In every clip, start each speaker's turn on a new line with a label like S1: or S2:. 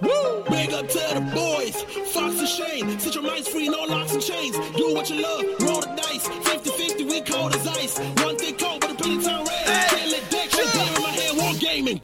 S1: Big up to the boys, Fox and Shane. Set your minds free, no locks and chains. Do what you love, roll the dice. 50 50, we cold as ice. One thing cold, but the penny town red. Can't let deck, shit down in my hand, war gaming.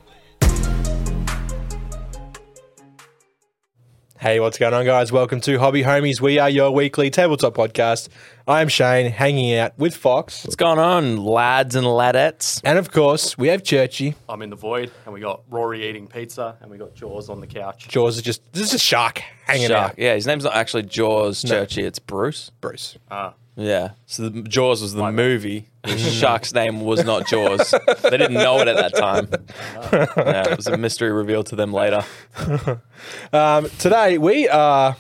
S2: Hey, what's going on, guys? Welcome to Hobby Homies. We are your weekly tabletop podcast. I'm Shane, hanging out with Fox.
S3: What's going on, lads and ladettes?
S2: And of course, we have Churchy.
S4: I'm in the void, and we got Rory eating pizza, and we got Jaws on the couch.
S2: Jaws is just, this is a shark hanging
S3: Shark.
S2: out.
S3: Yeah, his name's not actually Jaws Churchy, it's Bruce.
S2: Bruce.
S4: Uh,
S3: Yeah. So the, Jaws was the movie. The shark's name was not Jaws. they didn't know it at that time. Yeah, it was a mystery revealed to them later.
S2: Um, today, we are. uh,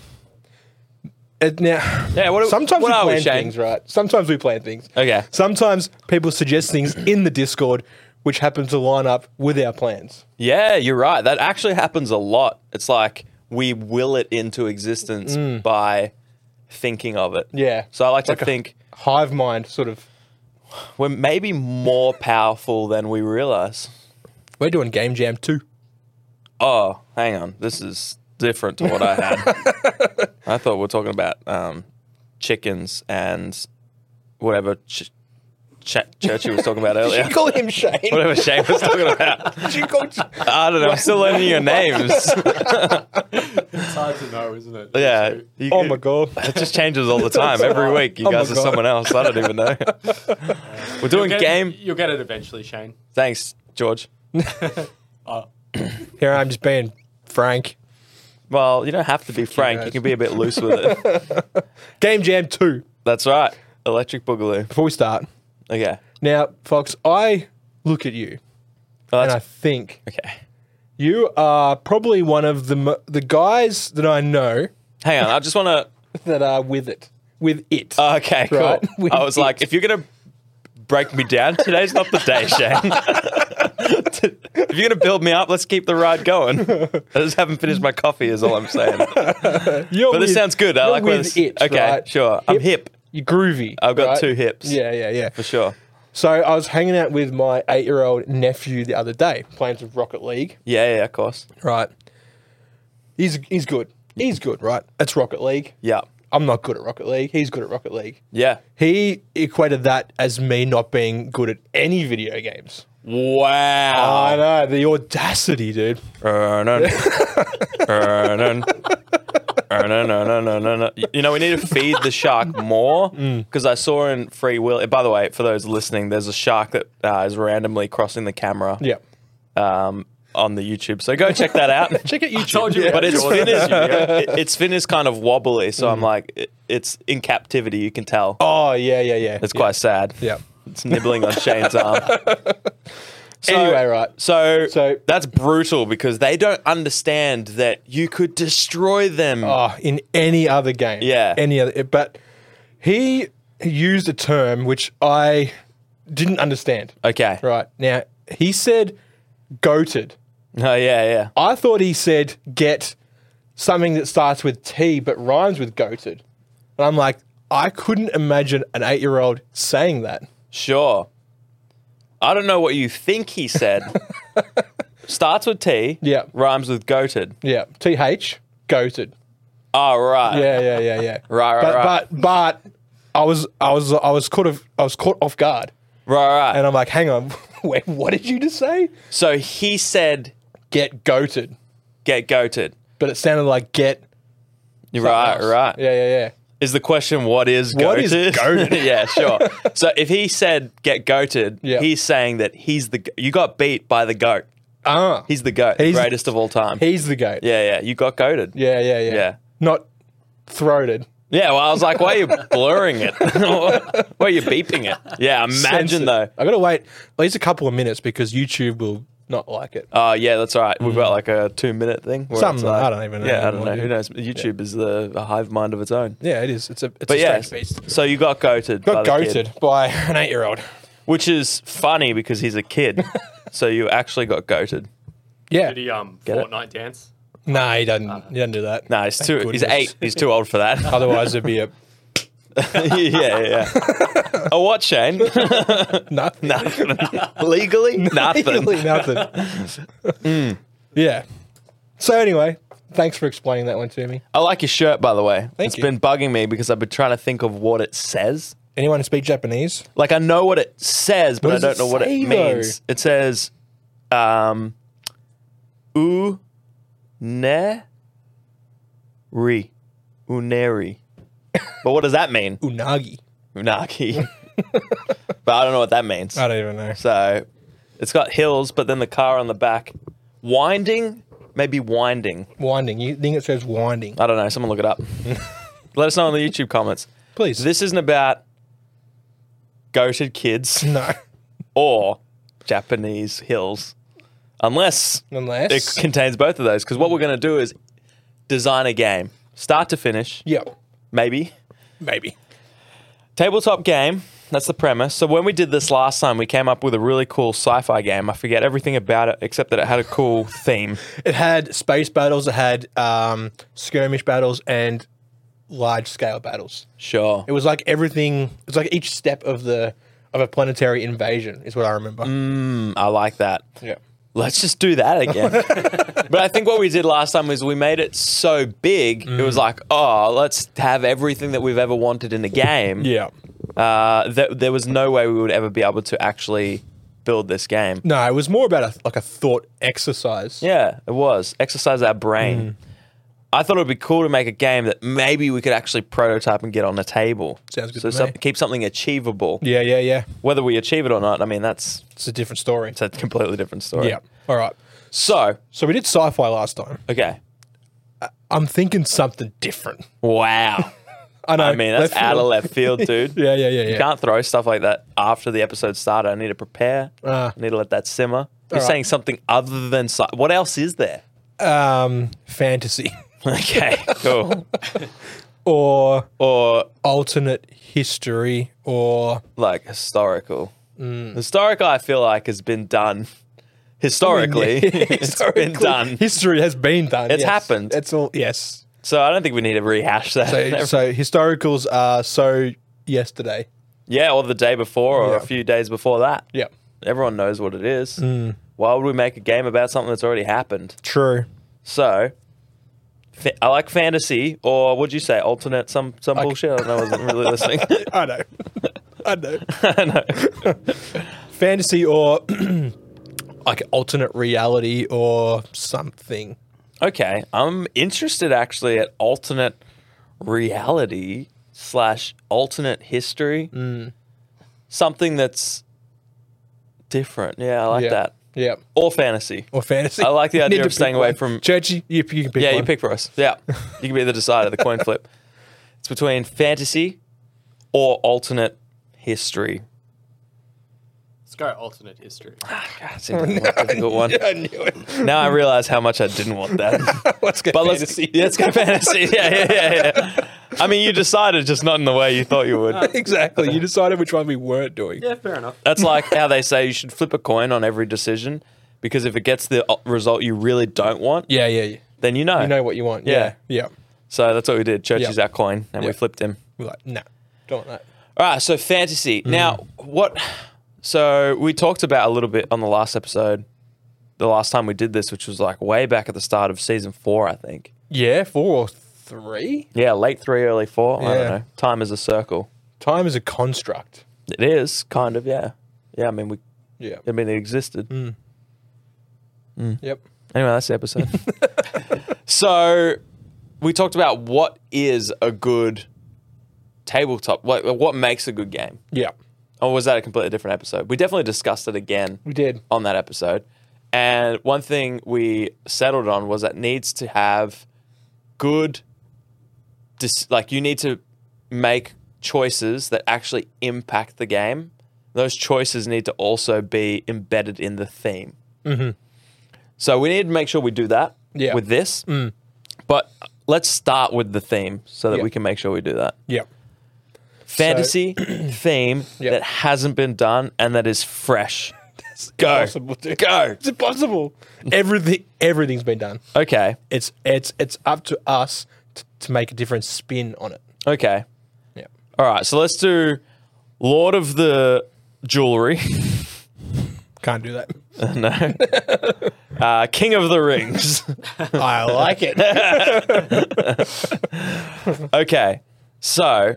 S2: It, now,
S3: Yeah, what are we-
S2: sometimes
S3: what
S2: we
S3: are we,
S2: plan
S3: Shane?
S2: things, right? Sometimes we plan things.
S3: Okay.
S2: Sometimes people suggest things in the Discord which happen to line up with our plans.
S3: Yeah, you're right. That actually happens a lot. It's like we will it into existence by thinking of it.
S2: Yeah.
S3: So I Mm. like
S2: Like
S3: to
S2: a-
S3: think
S2: Hive mind, sort of.
S3: we're maybe more powerful than we realize.
S2: We're doing Game Jam 2.
S3: Oh, hang on. This is different to what I had. I thought we were talking about um, chickens and whatever ch- ch- Churchy was talking about
S2: You
S3: earlier.
S2: should call him Shane.
S3: whatever Shane was talking about.
S2: you call
S3: I don't know. I'm still learning your names.
S4: It's hard to know, isn't it?
S3: yeah. you-
S2: Oh my god.
S3: It just changes all the time. Every week, you
S2: Oh my
S3: guys are
S2: God.
S3: someone else. I don't even know. We're doing
S4: Get-
S3: game.
S4: You'll get it eventually, Shane.
S3: Thanks, George.
S2: Here I'm just being frank.
S3: Well, you don't have to be frank.
S2: guys.
S3: You can be a bit loose with it.
S2: Game Jam 2,
S3: That's right. Electric Boogaloo.
S2: before we start.
S3: Okay.
S2: Now, Fox, I look at you
S3: Oh,
S2: and I
S3: that's,
S2: think
S3: okay.
S2: you are probably one of the mo- the guys that I know
S3: Hang on. I just want to.
S2: that are with it. With it.
S3: Okay, cool.
S2: Right. We
S3: I was like, if you're gonna break me down, today's not the day, Shane. if you're gonna build me up, let's keep the ride going. I just haven't finished my coffee, is all I'm saying. But
S2: You're
S3: this
S2: with-
S3: sounds good. I
S2: you're
S3: like where
S2: with
S3: this.
S2: it.
S3: okay,
S2: right?
S3: sure. I'm hip.
S2: You're groovy.
S3: I've got
S2: right?
S3: two hips.
S2: Yeah, yeah, yeah.
S3: for sure.
S2: So I was hanging out with my eight year old nephew the other day, playing some Rocket League.
S3: Yeah, yeah, of course.
S2: Right. He's he's good. He's good, right? It's Rocket League.
S3: Yeah,
S2: I'm not good at Rocket League. He's good at Rocket League.
S3: yeah.
S2: He equated that as me not being good at any video games. Um, I
S3: Wow.
S2: know the audacity, dude.
S3: Ernan. Ernan. Ernan, ernan, ernan, ernan. You know, we need to feed the shark more
S2: Mm.
S3: because I saw in Free Will. By the way, for those listening, there's a shark that uh, is randomly crossing the camera
S2: Yeah.
S3: um, on the YouTube. So go check that out.
S2: Check it. YouTube.
S4: told you
S2: Yeah.
S3: but its
S4: Jaws.
S3: fin is it- its fin is kind of wobbly, so I'm like, it, it's in captivity. You can tell.
S2: Mm. Oh yeah, yeah, yeah.
S3: It's quite sad.
S2: Yeah.
S3: It's nibbling on Shane's arm. So-
S2: Anyway, right.
S3: So,
S2: So-
S3: that's brutal because they don't understand that you could destroy them.
S2: Oh, in any other game.
S3: Yeah.
S2: Any other. But he used a term which I didn't understand.
S3: Okay.
S2: Right now, he said "goated."
S3: Oh yeah, yeah.
S2: I thought he said get something that starts with T but rhymes with goated. And I'm like, I couldn't imagine an eight year old saying that.
S3: Sure. I don't know what you think he said. Starts with T.
S2: Yeah.
S3: Rhymes with goated.
S2: Yeah. T H goated.
S3: Oh right.
S2: Yeah, yeah, yeah, yeah.
S3: Right, right,
S2: but,
S3: right.
S2: But but I was I was I was caught of I was caught off guard.
S3: Right, right.
S2: And I'm like, hang on, wait, what did you just say?
S3: so he said
S2: Get goated.
S3: get goated.
S2: But it sounded like get
S3: Right,
S2: us.
S3: right.
S2: Yeah, yeah, yeah.
S3: Is the question what is goated?
S2: What is goated?
S3: yeah, sure. So if he said get goated,
S2: Yeah.
S3: he's saying that he's the g- you got beat by the goat.
S2: Ah.
S3: He's the goat,
S2: He's-
S3: the greatest of all time.
S2: he's the goat.
S3: yeah, yeah. You got goated.
S2: Yeah, yeah, yeah.
S3: Yeah.
S2: Not throated.
S3: Yeah, well, I was like, why are you blurring it? why are you beeping it? Yeah, imagine
S2: Censored.
S3: though.
S2: I gotta wait at least a couple of minutes because YouTube will not like it.
S3: Oh, yeah, that's all right. We've got like a two minute thing. where
S2: Mm. Something
S3: it's uh,
S2: like- I don't even know
S3: Yeah, I don't
S2: anymore,
S3: know. Who
S2: dude.
S3: knows? YouTube is the a hive mind of its own.
S2: yeah, it is. It's a it's a
S3: But yeah,
S2: strange beast.
S3: so you got goated.
S2: Got
S3: by the kid,
S2: goated by an eight year old.
S3: which is funny because he's a kid. so you actually got goated.
S2: Yeah.
S4: Did he um
S3: Get it?
S4: Fortnite dance?
S2: No, he doesn't he doesn't do that.
S3: No, he's too. He's
S2: goodness.
S3: eight. He's too old for that.
S2: Otherwise it'd be a
S3: yeah, yeah, yeah. Oh, what, Shane?
S2: nothing.
S3: Nothing. Legally, nothing. Mm.
S2: Really nothing. Yeah. So anyway, Thanks for explaining that one to me.
S3: I like your shirt, by the way. It's
S2: Thank you.
S3: been bugging me because I've been trying to think of what it says.
S2: Anyone speak Japanese?
S3: Like I know what it says, but
S2: What
S3: I don't
S2: does
S3: know
S2: it
S3: what
S2: say,
S3: it means. It says, um, u ne ri, uneri. But what does that mean?
S2: Unagi.
S3: Unagi. but I don't know what that means.
S2: I don't even know.
S3: So it's got hills, but then the car on the back, winding, maybe winding.
S2: Winding. You think it says winding?
S3: I don't know. Someone look it up. Let us know in the YouTube comments.
S2: Please.
S3: This isn't about goated kids
S2: no.
S3: or Japanese hills, unless
S2: Unless.
S3: it contains both of those. Because what we're going to do is design a game, start to finish,
S2: yep.
S3: maybe
S2: Maybe.
S3: tabletop game. That's the premise. So when we did this last time, we came up with a really cool sci-fi game. I forget everything about it except that it had a cool theme.
S2: It had space battles, it had um, skirmish battles, and large scale battles.
S3: Sure.
S2: It was like everything. It was like each step of the of a planetary invasion is what I remember.
S3: Mm. I like that.
S2: Yeah.
S3: Let's just do that again. but I think what we did last time was we made it so big, it was like, oh, let's have everything that we've ever wanted in a game.
S2: Yeah.
S3: Uh, th- there was no way we would ever be able to actually build this game.
S2: No, it was more about a, like a thought exercise.
S3: Yeah, it was. Exercise our
S2: Mm.
S3: brain. I thought it would be cool to make a game that maybe we could actually prototype and get on the table.
S2: Sounds good
S3: So
S2: to
S3: some-
S2: me.
S3: keep something achievable.
S2: Yeah, yeah, yeah.
S3: Whether we achieve it or not, I mean, that's,
S2: It's a different story.
S3: that's a completely different story.
S2: Yeah. All right.
S3: So,
S2: So we did sci-fi last time.
S3: okay.
S2: I'm thinking something different.
S3: Wow.
S2: I know.
S3: I mean, that's
S2: left
S3: out of
S2: field.
S3: left field, dude.
S2: Yeah, yeah, yeah, yeah.
S3: Can't throw stuff like that after the episode started. I need to prepare.
S2: Ah.
S3: I need to let that simmer. You're
S2: right.
S3: saying something other than sci- what else is there?
S2: um, fantasy
S3: Okay, cool.
S2: or
S3: or
S2: alternate history or
S3: like historical.
S2: Mm.
S3: Historical, I feel like has been done. Historically, it's been done.
S2: History has been done.
S3: It's
S2: yes.
S3: happened.
S2: It's all yes.
S3: So I don't think we need to rehash that.
S2: So, so historicals are so yesterday.
S3: yeah, or the day before, or
S2: Yeah.
S3: a few days before that.
S2: Yeah. Mm.
S3: Everyone knows what it is. Why would we make a game about something that's already happened?
S2: True.
S3: So, fa- I like fantasy, or would you say alternate some some bullshit? I don't know. I wasn't really listening.
S2: I know. I know. Fantasy or like alternate reality or something.
S3: okay, I'm interested actually at alternate reality slash alternate history.
S2: Mm.
S3: Something that's different. Yeah, I like
S2: yeah.
S3: that.
S2: Yeah.
S3: Or fantasy.
S2: Or fantasy.
S3: I like the
S2: You
S3: idea
S2: need to
S3: of staying
S2: pick
S3: away
S2: one.
S3: from-
S2: churchy. You, you can pick.
S3: yeah, you
S2: one.
S3: pick for us. Yeah, you can be the decider, the coin flip. It's between fantasy or alternate history.
S4: Let's go alternate history.
S3: God, seems like Ah, a more difficult one.
S2: I knew it.
S3: Now I realize how much I didn't want that.
S2: Let's get
S3: But let's,
S2: fantasy.
S3: yeah, let's go fantasy. Yeah, yeah, yeah, yeah. I mean, you decided just not in the way you thought you would.
S2: Exactly. You decided which one we weren't doing.
S4: Yeah, fair enough.
S3: That's like how they say you should flip a coin on every decision because if it gets the o- result you really don't want,
S2: Yeah, yeah, yeah.
S3: then you know.
S2: You know what you want.
S3: Yeah.
S2: Yeah. Yeah.
S3: So that's what we did. Church
S2: Yeah.
S3: is our coin, and we
S2: Yeah.
S3: flipped him.
S2: We're like, nah, don't want that.
S3: All right, so fantasy.
S2: Mm.
S3: Now, what? So we talked about a little bit on the last episode, the last time we did this, which was like way back at the start of season four, I think.
S2: Yeah, four or three.
S3: Yeah, late three, early four. I don't
S2: Yeah.
S3: know. Time is a circle.
S2: Time is a construct.
S3: It is kind of, yeah. Yeah, I mean, we.
S2: Yeah.
S3: I mean, it existed.
S2: Yep.
S3: Anyway, that's the episode. so we talked about what is a good tabletop. What what makes a good game?
S2: Yeah.
S3: Or was that a completely different episode? We definitely discussed it again.
S2: We did.
S3: on that episode. And one thing we settled on was that needs to have good, dis- like you need to make choices that actually impact the game. Those choices need to also be embedded in the theme. So we need to make sure we do that
S2: Mm-hmm. Yeah. Mm.
S3: with this. But let's start with the theme so that
S2: Yeah.
S3: we can make sure we do that.
S2: Yeah.
S3: Fantasy theme
S2: Yeah.
S3: that hasn't been done and that is fresh. Go.
S2: Impossible to-
S3: Go.
S2: It's impossible. Everything everything's been done.
S3: Okay.
S2: It's it's it's up to us to, to make a different spin on it.
S3: Okay.
S2: Yeah.
S3: All right. So let's do Lord of the Jewelry.
S2: Can't do that.
S3: no. Uh, King of the Rings.
S2: I like it.
S3: Okay. So,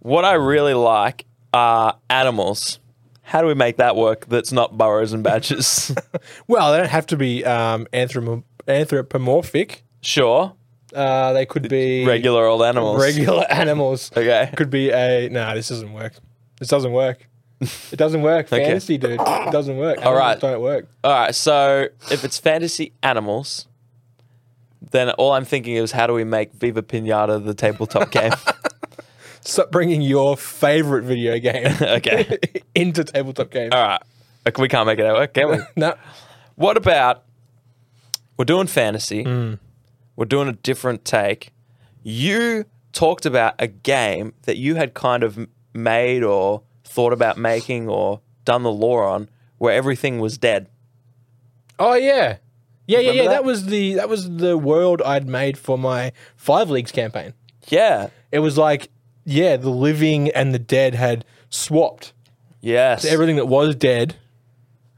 S3: what I really like are animals. How do we make that work that's not burrows and badgers?
S2: well, they don't have to be um, anthropo- anthropomorphic.
S3: sure.
S2: Uh, they could be
S3: Regular old animals.
S2: regular animals.
S3: Okay.
S2: Could be a no. this doesn't work. This doesn't work. It doesn't work.
S3: Okay.
S2: Fantasy, dude. It doesn't work. All
S3: right.
S2: Don't work.
S3: All right. So, if it's fantasy animals, then all I'm thinking is how do we make Viva Pinata the tabletop game?
S2: Stop bringing your favorite video game
S3: okay.
S2: into tabletop games.
S3: All right. Like, We can't make it work, can we?
S2: No.
S3: What about we're doing fantasy?
S2: Mm.
S3: We're doing a different take. You talked about a game that you had kind of m- made or thought about making or done the lore on where everything was dead.
S2: Oh yeah. Yeah, yeah, yeah.
S3: Remember
S2: That?
S3: that?
S2: was the that was the world I'd made for my five leagues campaign.
S3: Yeah.
S2: It was like, yeah, the living and the dead had swapped.
S3: Yes.
S2: Everything that was dead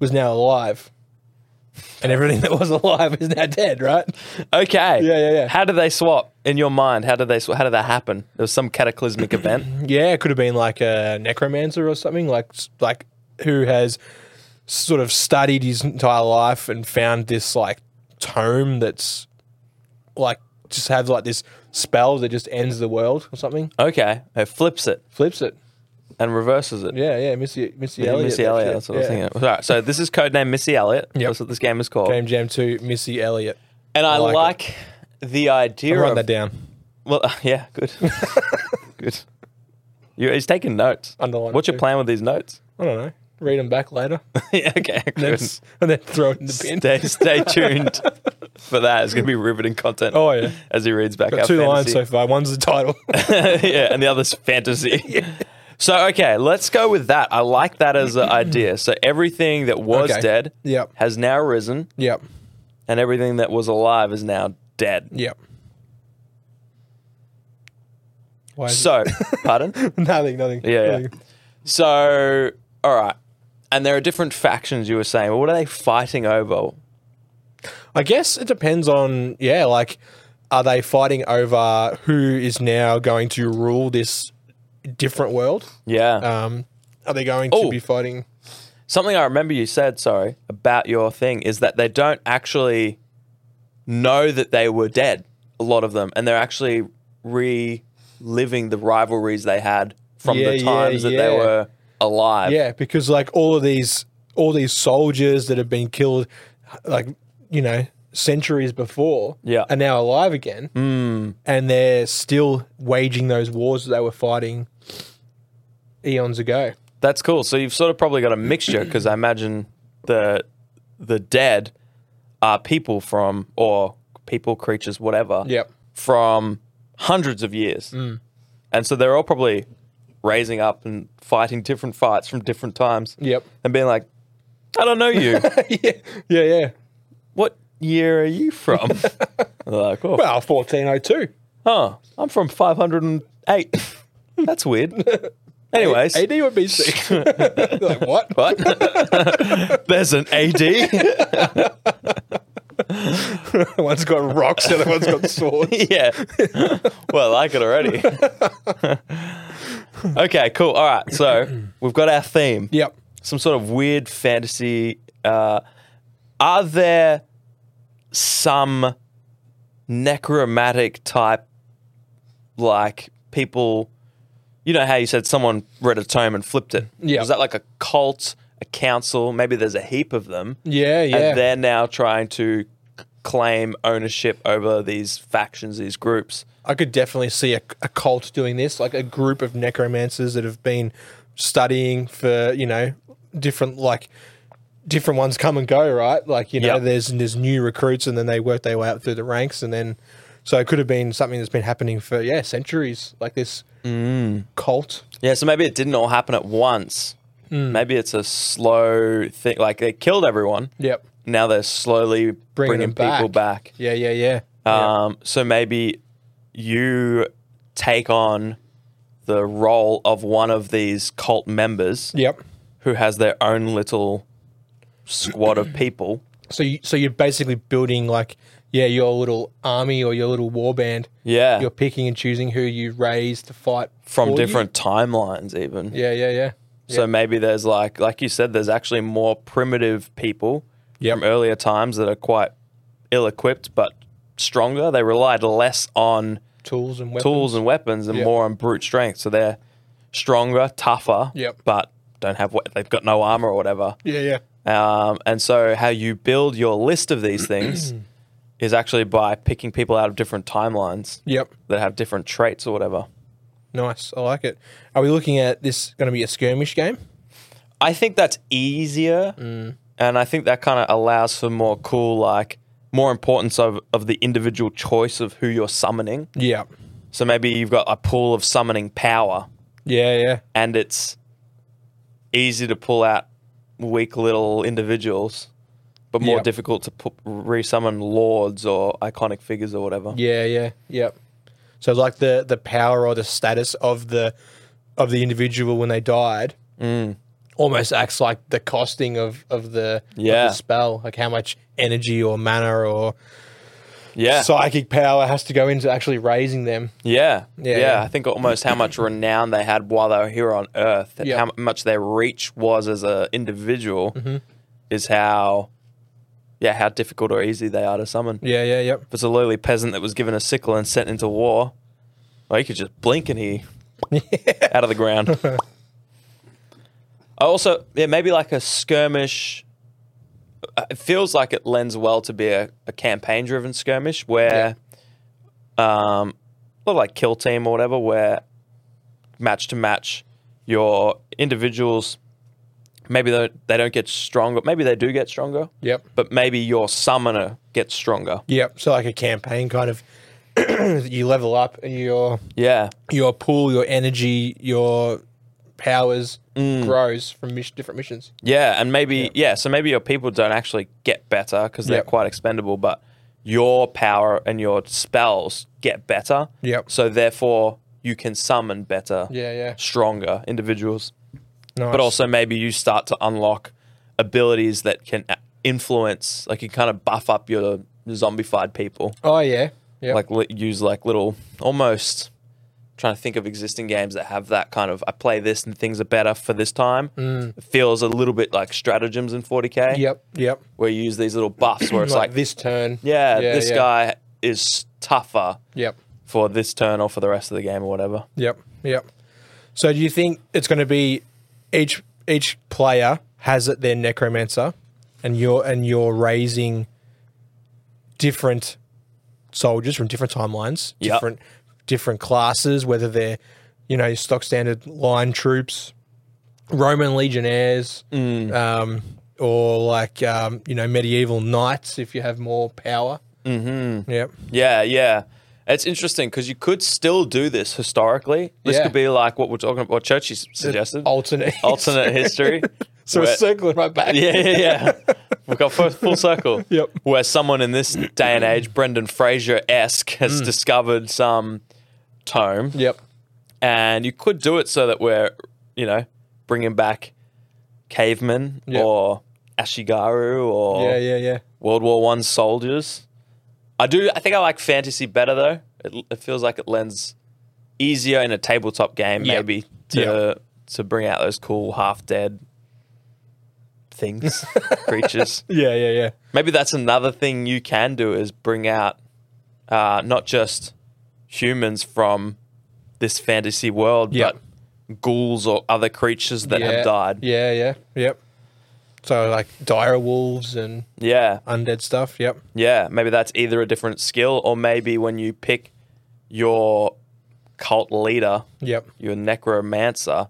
S2: was now alive. And everything that was alive is now dead, right?
S3: okay.
S2: Yeah, yeah, yeah.
S3: How did they swap in your mind? How did they? Sw- how did that happen? There was some cataclysmic event.
S2: Yeah, it could have been like a necromancer or something, like like who has sort of studied his entire life and found this like tome that's like just has like this spell that just ends the world or something.
S3: Okay. It flips it
S2: Flips it.
S3: and reverses it.
S2: Yeah, yeah, Missy Missy
S3: Yeah,
S2: Elliott.
S3: Missy Elliott. That's what I was thinking. All right. So this is codename Missy Elliott.
S2: Yep.
S3: That's what this game is called.
S2: Game Jam Two, Missy Elliott.
S3: And I,
S2: like it.
S3: like, the idea
S2: Write
S3: of
S2: that down.
S3: well, yeah, good, good. You, he's taking notes.
S2: Underline it
S3: What's your
S2: too.
S3: plan with these notes?
S2: I don't know. Read them back later,
S3: yeah, okay,
S2: and
S3: good.
S2: then, and then throw it in the bin.
S3: Stay, stay tuned for that. It's gonna be riveting content.
S2: Oh, yeah.
S3: as he reads back
S2: Got
S3: out
S2: two lines so
S3: fantasy.
S2: far. One's the title.
S3: yeah, and the other's fantasy. So okay, let's go with that. I like that as an idea. So everything that was
S2: Okay.
S3: dead
S2: Yep.
S3: has now risen,
S2: yep.
S3: and everything that was alive is now dead.
S2: Yep. Why is it-
S3: So, pardon.
S2: nothing, nothing.
S3: Yeah, yeah.
S2: nothing.
S3: So, all right. And there are different factions you were saying. Well, what are they fighting over?
S2: I guess it depends on yeah, like are they fighting over who is now going to rule this different world?
S3: Yeah.
S2: Um, are they going to
S3: Oh.
S2: be fighting?
S3: Something I remember you said, sorry, about your thing is that they don't actually know that they were dead, a lot of them. And they're actually reliving the rivalries they had from
S2: Yeah,
S3: the
S2: yeah,
S3: times that
S2: yeah.
S3: they were alive.
S2: Yeah, because like all of these all these soldiers that have been killed, like you know centuries before,
S3: Yeah. Hmm.
S2: are now alive again, mm. and they're still waging those wars that they were fighting eons ago.
S3: That's cool. So you've sort of probably got a mixture because I imagine the the dead are people from or people, creatures, whatever.
S2: Yep.
S3: From hundreds of years. And so they're all probably raising up and fighting different fights from different times.
S2: Yep.
S3: And being like, I don't know you.
S2: yeah, yeah, yeah.
S3: what year are you from? They're like, oh,
S2: Well, fourteen oh two.
S3: huh, I'm from 508. That's weird. Anyways.
S2: AD would be sick. like what?
S3: What? There's an AD.
S2: one's got rocks, the other one's got swords.
S3: yeah. Well, I like it already. okay, cool. All right. So we've got our theme.
S2: Yep.
S3: Some sort of weird fantasy. Uh, are there some necromantic type, like people? You know how you said someone read a tome and flipped it?
S2: Yeah.
S3: Is that like a cult, a council? Maybe there's a heap of them.
S2: Yeah, yeah.
S3: And they're now trying to c- claim ownership over these factions, these groups.
S2: I could definitely see a, a cult doing this, like a group of necromancers that have been studying for, you know, different like different ones come and go, right? Like, you know,
S3: Yep.
S2: there's there's new recruits and then they work their way up through the ranks and then so it could have been something that's been happening for yeah, centuries, like this
S3: Mm.
S2: cult.
S3: Yeah, so maybe it didn't all happen at once.
S2: Hmm.
S3: Maybe it's a slow thing. Like they killed everyone.
S2: Yep.
S3: Now they're slowly bringing,
S2: them
S3: people back.
S2: Yeah, yeah, yeah.
S3: Um, So maybe you take on the role of one of these cult members
S2: yep.
S3: who has their own little squad of people.
S2: So you, so you're basically building like yeah your little army or your little war band.
S3: Yeah.
S2: You're picking and choosing who you raise to fight for
S3: from
S2: you.
S3: different timelines even.
S2: Yeah, yeah, yeah.
S3: So maybe there's like like you said, there's actually more primitive people
S2: Yep.
S3: from earlier times that are quite ill equipped but stronger. They relied less on
S2: Tools and weapons.
S3: tools and weapons and
S2: Yep.
S3: more on brute strength. So they're stronger, tougher,
S2: Yep.
S3: but don't have we- they've got no armor or whatever.
S2: Yeah, yeah.
S3: Um, and so how you build your list of these things is actually by picking people out of different timelines
S2: Yep.
S3: that have different traits or whatever.
S2: Nice. I like it. Are we looking at this going to be a skirmish game?
S3: I think that's easier,
S2: Mm.
S3: and I think that kind of allows for more cool, like more importance of of the individual choice of who you're summoning.
S2: Yeah.
S3: So maybe you've got a pool of summoning power,
S2: Yeah, yeah.
S3: and it's easy to pull out weak little individuals, but more
S2: Yep.
S3: difficult to pu- re-summon lords or iconic figures or whatever.
S2: Yeah, yeah. Yep. So like the the power or the status of the of the individual when they died
S3: Mm.
S2: almost acts like the costing of of the, of the
S3: Yeah.
S2: spell, like how much energy or mana or
S3: yeah, Mm.
S2: psychic power has to go into actually raising them.
S3: yeah,
S2: Yeah,
S3: yeah,
S2: yeah.
S3: I think almost how much renown they had while they were here on Earth, and
S2: Yeah. Mm-hmm.
S3: how much their reach was as a individual, is how, yeah, how difficult or easy they are to summon.
S2: Yeah, yeah, yep.
S3: If it's a lowly peasant that was given a sickle and sent into war, well, you could just blink and he out of the ground. I also, yeah, maybe like a skirmish. uh, It feels like it lends well to be a, a campaign-driven skirmish where, um, a lot like kill team or whatever, where match to match, your individuals. Maybe they don't, they don't get stronger. Maybe they do get stronger.
S2: Yep.
S3: But maybe your summoner gets stronger.
S2: Yep. So like a campaign kind of you level up your
S3: Yeah.
S2: your pool, your energy, your powers
S3: Mm.
S2: grows from mis- different missions.
S3: Yeah, and maybe yeah. so maybe your people don't actually get better because they're
S2: Yep.
S3: quite expendable, but your power and your spells get better.
S2: Yep.
S3: So therefore, you can summon better,
S2: Yeah, yeah.
S3: stronger individuals.
S2: Nice.
S3: But also maybe you start to unlock abilities that can a- influence, like you kind of buff up your zombified people,
S2: oh yeah, yeah,
S3: like li- use like little almost. Trying to think of existing games that have that kind of I play this and things are better for this time. It feels a little bit like stratagems in 40k
S2: Mm. yep, yep.
S3: where you use these little buffs where it's
S2: Like,
S3: like,
S2: this turn.
S3: yeah, this
S2: yeah.
S3: guy is tougher
S2: Yep,
S3: for this turn or for the rest of the game or whatever.
S2: yep, yep. So do you think it's going to be each each player has it their necromancer, and you're and you're raising different soldiers from different timelines,
S3: Yep.
S2: different different classes, whether they're you know stock standard line troops, Roman legionnaires,
S3: Mm.
S2: um, or like um, you know medieval knights if you have more power. Mm-hmm. Yep.
S3: Yeah, yeah. It's interesting because you could still do this historically. This
S2: Yeah.
S3: could be like what we're talking about, what Churchy s- suggested.
S2: Alternate.
S3: alternate history.
S2: So
S3: where-
S2: it's circling right back.
S3: yeah, yeah, yeah. We've got full, full circle.
S2: Yep.
S3: Where someone in this day and age, Brendan Fraser esque, has
S2: Hmm.
S3: discovered some tome.
S2: Yep.
S3: and you could do it so that we're, you know, bringing back cavemen
S2: Yeah.
S3: or Ashigaru or
S2: Yeah, yeah, yeah.
S3: World War One soldiers. I do. I think I like fantasy better though. It, it feels like it lends easier in a tabletop game,
S2: Yeah.
S3: maybe to
S2: Yeah.
S3: to bring out those cool half dead things, creatures.
S2: Yeah, yeah, yeah.
S3: Maybe that's another thing you can do is bring out uh, not just humans from this fantasy world,
S2: Yeah.
S3: but ghouls or other creatures that
S2: Yeah.
S3: have died.
S2: Yeah, yeah. Yep. So like dire wolves and
S3: Yeah,
S2: undead stuff. Yep.
S3: yeah. Maybe that's either a different skill or maybe when you pick your cult leader,
S2: Yep.
S3: your necromancer,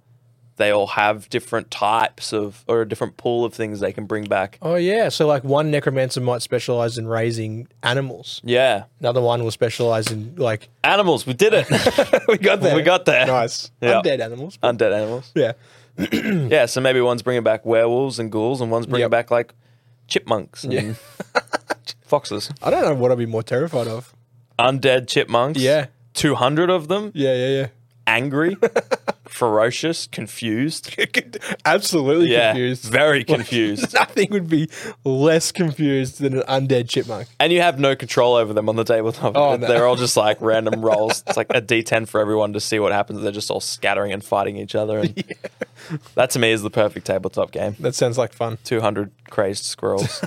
S3: they all have different types of or a different pool of things they can bring back.
S2: Oh yeah. So like one necromancer might specialize in raising animals.
S3: Yeah,
S2: Another one will specialize in like
S3: animals. We did it.
S2: we got
S3: we got there.
S2: Nice.
S3: Yeah.
S2: Undead animals.
S3: Undead animals.
S2: yeah.
S3: Yeah, so maybe one's bringing back werewolves and ghouls, and one's
S2: Yep.
S3: bringing back like chipmunks and foxes.
S2: I don't know what I'd be more terrified of.
S3: Undead chipmunks.
S2: Yeah.
S3: Two hundred of them.
S2: Yeah, yeah, yeah.
S3: Angry. ferocious, confused.
S2: Absolutely
S3: Yeah,
S2: confused.
S3: very confused.
S2: Nothing would be less confused than an undead chipmunk.
S3: and you have no control over them on the tabletop.
S2: Oh, no.
S3: They're all just like random rolls. It's like a D10 for everyone to see what happens. They're just all scattering and fighting each other. And That to me is the perfect tabletop game.
S2: That sounds like fun.
S3: 200 crazed squirrels.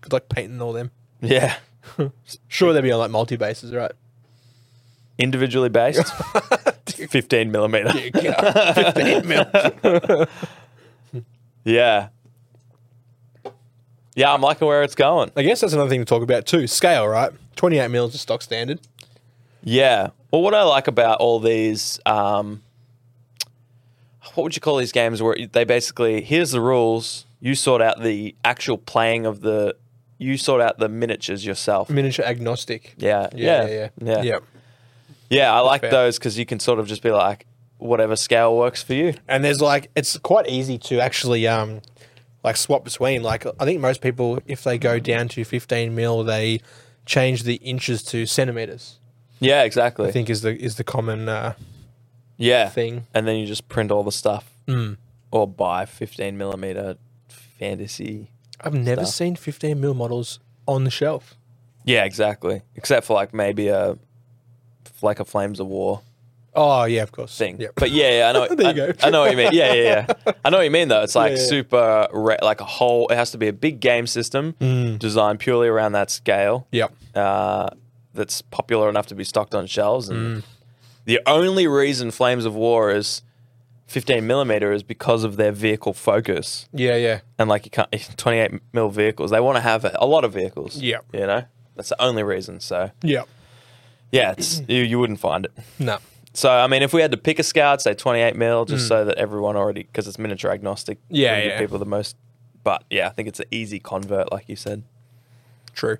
S2: Good luck painting all them.
S3: yeah.
S2: Sure, they'd be on like multi bases, right?
S3: Individually based, 15 millimeter. Yeah. Yeah, I'm liking where it's going.
S2: I guess that's another thing to talk about too. Scale, right? 28 mil is a stock standard.
S3: Yeah. Well, what I like about all these, um, what would you call these games where they basically here's the rules, you sort out the actual playing of the, you sort out the miniatures yourself.
S2: Miniature agnostic.
S3: Yeah,
S2: Yeah,
S3: yeah,
S2: yeah,
S3: yeah. Yeah, I like
S2: fair.
S3: those because you can sort of just be like, whatever scale works for you.
S2: And there's like, it's quite easy to actually, um, like swap between. Like, I think most people, if they go down to 15 mil, they change the inches to centimeters.
S3: Yeah,
S2: I
S3: exactly.
S2: think is the is the common. Uh,
S3: yeah,
S2: thing. Hmm.
S3: and then you just print all the stuff or buy 15 millimeter fantasy.
S2: I've never
S3: Stuff.
S2: seen 15 mil models on the shelf.
S3: Yeah, exactly. Except for like maybe a, like a Flames of War.
S2: Oh yeah, of course.
S3: thing.
S2: Yep.
S3: But yeah, yeah, I know.
S2: There
S3: I,
S2: you go.
S3: I know what you mean. Yeah, yeah, yeah. I know what you mean though. It's like
S2: yeah, yeah.
S3: super, ra- like a whole. It has to be a big game system
S2: Mm.
S3: designed purely around that scale.
S2: Yep.
S3: Uh, that's popular enough to be stocked on shelves. And
S2: Mm.
S3: the only reason Flames of War is 15 millimeter is because of their vehicle focus
S2: Yeah, yeah.
S3: and like you can't 28 mil vehicles. They want to have a, a lot of vehicles.
S2: Yeah.
S3: you know that's the only reason. So
S2: Yep.
S3: yeah, it's you, you wouldn't find it.
S2: No.
S3: So I mean, if we had to pick a scale, I'd say 28 mil, just so that everyone already, because it's miniature agnostic.
S2: Hmm. Yeah,
S3: it'll give
S2: yeah.
S3: People the most, but yeah, I think it's an easy convert, like you said.
S2: True.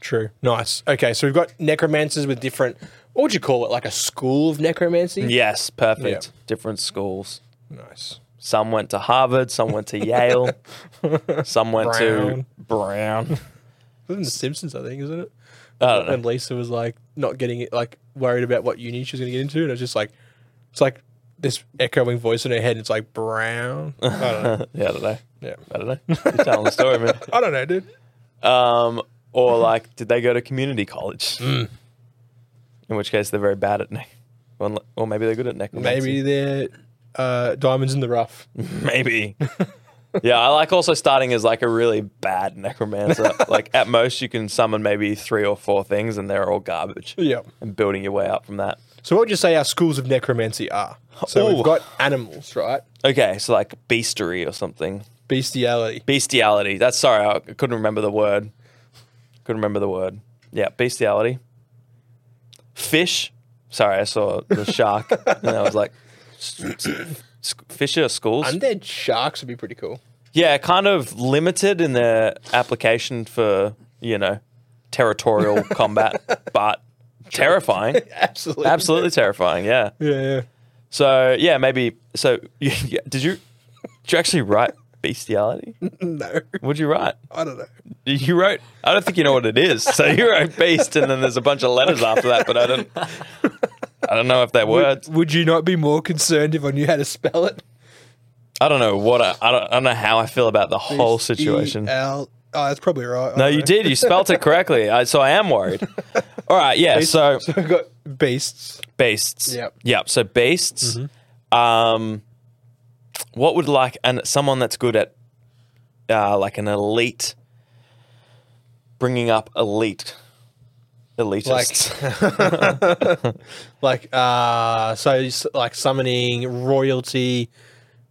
S2: True. Nice. Okay, so we've got necromancers with different what would you call it? Like a school of necromancy?
S3: Yes, perfect.
S2: Yeah.
S3: Different schools.
S2: Nice.
S3: Some went to Harvard. Some went to Yale. Some went
S2: Brown.
S3: to Brown.
S2: Other than the Simpsons, I think, isn't it?
S3: I don't know.
S2: And Lisa was like not getting it like worried about what uni she was gonna get into, and it's just like it's like this echoing voice in her head and it's like brown. I don't know.
S3: Yeah, I don't know.
S2: Yeah.
S3: I don't know. You're telling the story, man.
S2: I don't know, dude.
S3: Um, or like, did they go to community college?
S2: Hmm.
S3: In which case, they're very bad at E neck. Or or maybe they're good at E necromancy.
S2: Maybe they're uh, diamonds in the rough.
S3: Maybe. yeah, I like also starting as like a really bad necromancer. like at most you can summon maybe three or four things and they're all garbage.
S2: Yeah.
S3: And building your way up from that.
S2: So what would you say our schools of necromancy are? So
S3: Ooh.
S2: we've got animals, right?
S3: Okay, so like beastery or something.
S2: Bestiality.
S3: Bestiality. That's sorry, I couldn't remember the word. Couldn't remember the word. Yeah, bestiality. Fish. Sorry, I saw the shark and I was like s- s- s- Fisher schools.
S2: Undead sharks would be pretty cool.
S3: Yeah, kind of limited in their application for, you know, territorial combat, but terrifying.
S2: Absolutely.
S3: Absolutely terrifying, yeah.
S2: Yeah, yeah.
S3: So, yeah, maybe. So, you, yeah, did you did you actually write bestiality?
S2: No,
S3: What'd you write?
S2: I don't know.
S3: You wrote, I don't think you know what it is. So, you wrote beast, and then there's a bunch of letters after that, but I don't. I don't know if they're words.
S2: Would you not be more concerned if I knew how to spell it?
S3: I don't know what I, I, don't, I don't know how I feel about the whole situation.
S2: E-L- oh, that's probably right.
S3: No, you did. You spelt it correctly. I, so I am worried. All right. Yeah. So
S2: So we've got beasts.
S3: beasts.
S2: Yep. Mm-hmm.
S3: Yep. So beasts. Um, what would like and someone that's good at uh, like an elite bringing up elite elitists.
S2: Like, uh, so s- like summoning royalty,